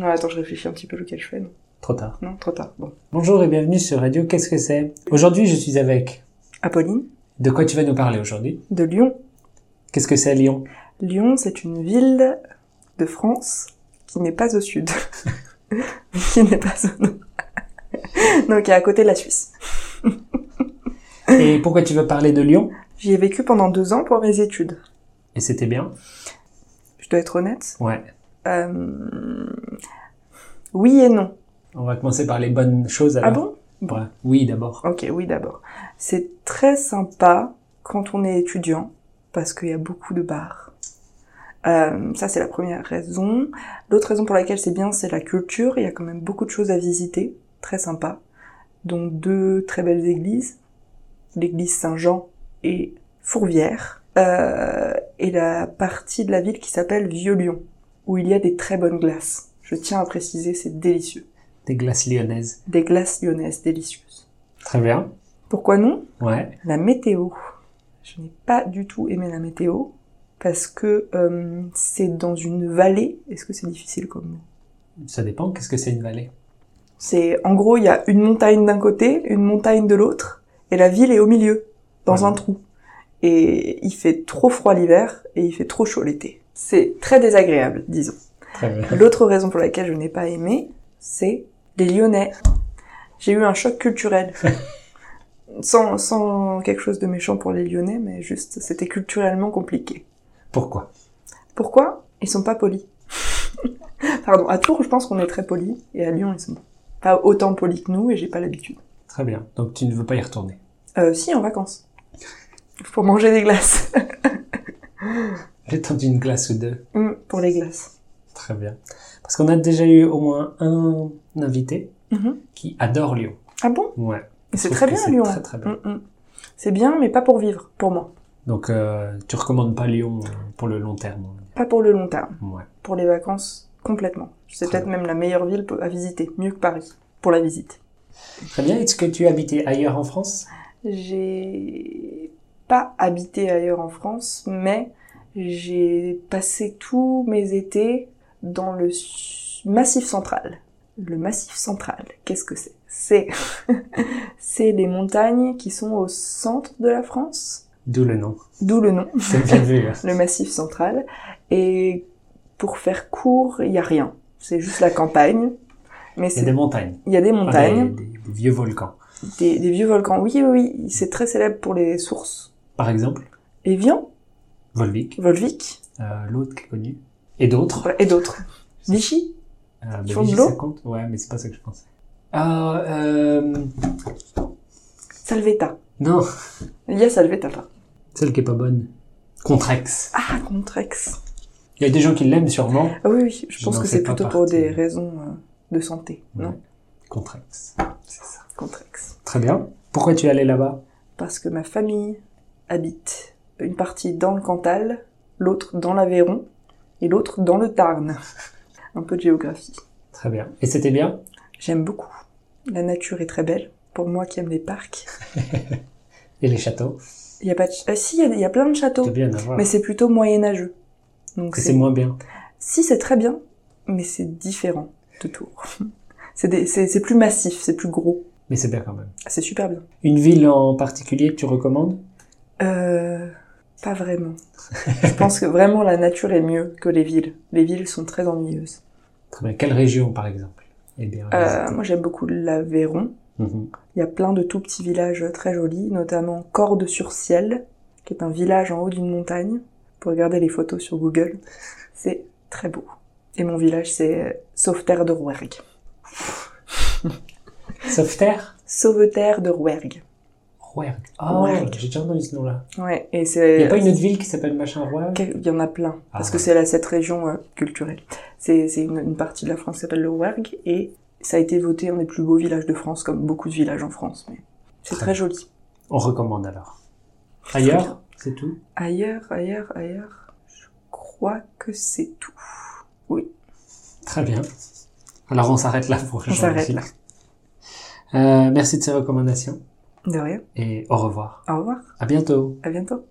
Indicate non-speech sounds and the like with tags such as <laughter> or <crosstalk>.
Ah, attends, je réfléchis un petit peu lequel je fais. Non, Trop tard. non trop tard. Bon. Bonjour et bienvenue sur Radio Qu'est-ce que c'est Aujourd'hui, je suis avec. Apolline, De quoi tu vas nous parler aujourd'hui de Lyon. Qu'est-ce que c'est Lyon <coughs> Lyon, c'est une ville de France qui n'est pas au sud. <laughs> qui n'est pas au nord. <laughs> non, qui est à côté de la Suisse. Et pourquoi tu veux parler de Lyon J'y ai vécu pendant deux ans pour mes études. Et c'était bien Je dois être honnête. Ouais. Euh, Oui et non. On va commencer par les bonnes choses alors. Ah bon Ouais. Oui, d'abord. Ok, oui d'abord. C'est très sympa quand on est étudiant parce qu'il y a beaucoup de bars. Euh, ça c'est la première raison. L'autre raison pour laquelle c'est bien, c'est la culture. Il y a quand même beaucoup de choses à visiter, très sympa. Donc deux très belles églises, l'église Saint-Jean et Fourvière, euh, et la partie de la ville qui s'appelle Vieux-Lyon, où il y a des très bonnes glaces. Je tiens à préciser, c'est délicieux. Des glaces lyonnaises. Des glaces lyonnaises délicieuses. Très bien. Pourquoi non Ouais. la météo. Je n'ai pas du tout aimé la météo parce que euh, c'est dans une vallée. Est-ce que c'est difficile comme mot Ça dépend. Qu'est-ce que c'est une vallée C'est en gros, il y a une montagne d'un côté, une montagne de l'autre, et la ville est au milieu, dans Ouais. un trou. Et il fait trop froid l'hiver et il fait trop chaud l'été. C'est très désagréable, disons. Très bien. L'autre raison pour laquelle je n'ai pas aimé, c'est les Lyonnais. J'ai eu un choc <laughs> culturel. sans, sans quelque chose de méchant pour les Lyonnais, mais juste, c'était culturellement compliqué. Pourquoi Pourquoi Ils sont pas polis. <laughs> Pardon, à Tours, je pense qu'on est très polis, et à Lyon, ils sont pas autant polis que nous, et j'ai pas l'habitude. Très bien. Donc tu ne veux pas y retourner. Euh, si, en vacances. Pour manger des <laughs> glaces. J'ai tendu une glace ou deux. Hum, pour les glaces. Très bien. Parce qu'on a déjà eu au moins un invité Mhm. qui adore Lyon. Ah bon Ouais. C'est Je trouve très que bien, c'est Lyon. Très très bien. Hum, hum. C'est bien, mais pas pour vivre, pour moi. Donc euh, tu recommandes pas Lyon euh, pour le long terme. on va dire. Pas pour le long terme. Ouais. pour les vacances complètement. C'est Très peut-être même la meilleure ville pour- à visiter, mieux que Paris, pour la visite. Très bien. Est-ce que tu habitais ailleurs en France J'ai pas habité ailleurs en France, mais j'ai passé tous mes étés dans le su- Massif central. Le Massif central, qu'est-ce que c'est C'est <laughs> c'est les montagnes qui sont au centre de la France, D'où le nom. d'où le nom, C'est bien vu. hein. le Massif central. Et pour faire court, il y a rien. C'est juste la campagne, mais Il y a c'est <laughs> des montagnes. Il y a des Pas montagnes, des, des- des vieux volcans. des, des vieux volcans. Oui, oui, oui, c'est très célèbre pour les sources. Par exemple, Evian, Volvic, Volvic euh, l'autre qui est connu. Et d'autres. voilà, et d'autres. Vichy Euh, Ils bah, font de Vichy, l'eau ça compte. Ouais, mais c'est pas ça que je pensais. Ah, euh, Salvetta. non, Il y a Salvetta là. celle qui est pas bonne. Contrex. Ah, Contrex. Il y a des gens qui l'aiment sûrement. Ah oui, oui, je Je pense n'en que fais c'est pas plutôt pour des partie. raisons euh, de santé, non Ouais. Contrex. C'est ça. Contrex. Très bien. Pourquoi tu es allé là-bas Parce que ma famille habite une partie dans le Cantal, l'autre dans l'Aveyron et l'autre dans le Tarn. <laughs> Un peu de géographie. Très bien. Et c'était bien J'aime beaucoup. La nature est très belle. Pour moi qui aime les parcs, Et les châteaux Il y a pas de... ch- Ah si, il y a- il y, a plein de C'était châteaux, bien à voir. mais c'est plutôt moyenâgeux. Donc Et c'est c'est... moins bien. Si, c'est très bien, mais c'est différent de Tours. <laughs> c'est, des- c'est, c'est plus massif, c'est plus gros. Mais c'est bien quand même. C'est super bien. Une ville en particulier que tu recommandes Euh... Pas vraiment. <laughs> Je pense que vraiment la nature est mieux que les villes. Les villes sont très ennuyeuses. Très bien. Quelle région, par exemple Eh bien, Euh, moi j'aime beaucoup l'Aveyron. mhm. Il y a plein de tout petits villages très jolis, notamment Cordes-sur-Ciel, qui est un village en haut d'une montagne. Pour regarder les photos sur Google, <laughs> c'est très beau. Et mon village, c'est euh, Sauveterre de Rouergue. Sauveterre Sauveterre de Rouergue. Rouergue. Oh, Rouergue. j'ai déjà entendu ce nom-là. Ouais, et Il c'est. n'y a pas une autre ville qui s'appelle machin Rouergue Il y en a plein, Ah parce que ouais. c'est là cette région euh, culturelle. C'est c'est une, une partie de la France qui s'appelle le Rouergue, et ça a été voté un des plus beaux villages de France, comme beaucoup de villages en France. Mais c'est Très très joli. On recommande alors. Très bien. Ailleurs C'est tout Ailleurs, ailleurs, ailleurs. Je crois que c'est tout. Très bien. Alors on s'arrête là pour On s'arrête aujourd'hui. là. Euh, merci de ces recommandations De rien. et au revoir. Au revoir. À bientôt. À bientôt.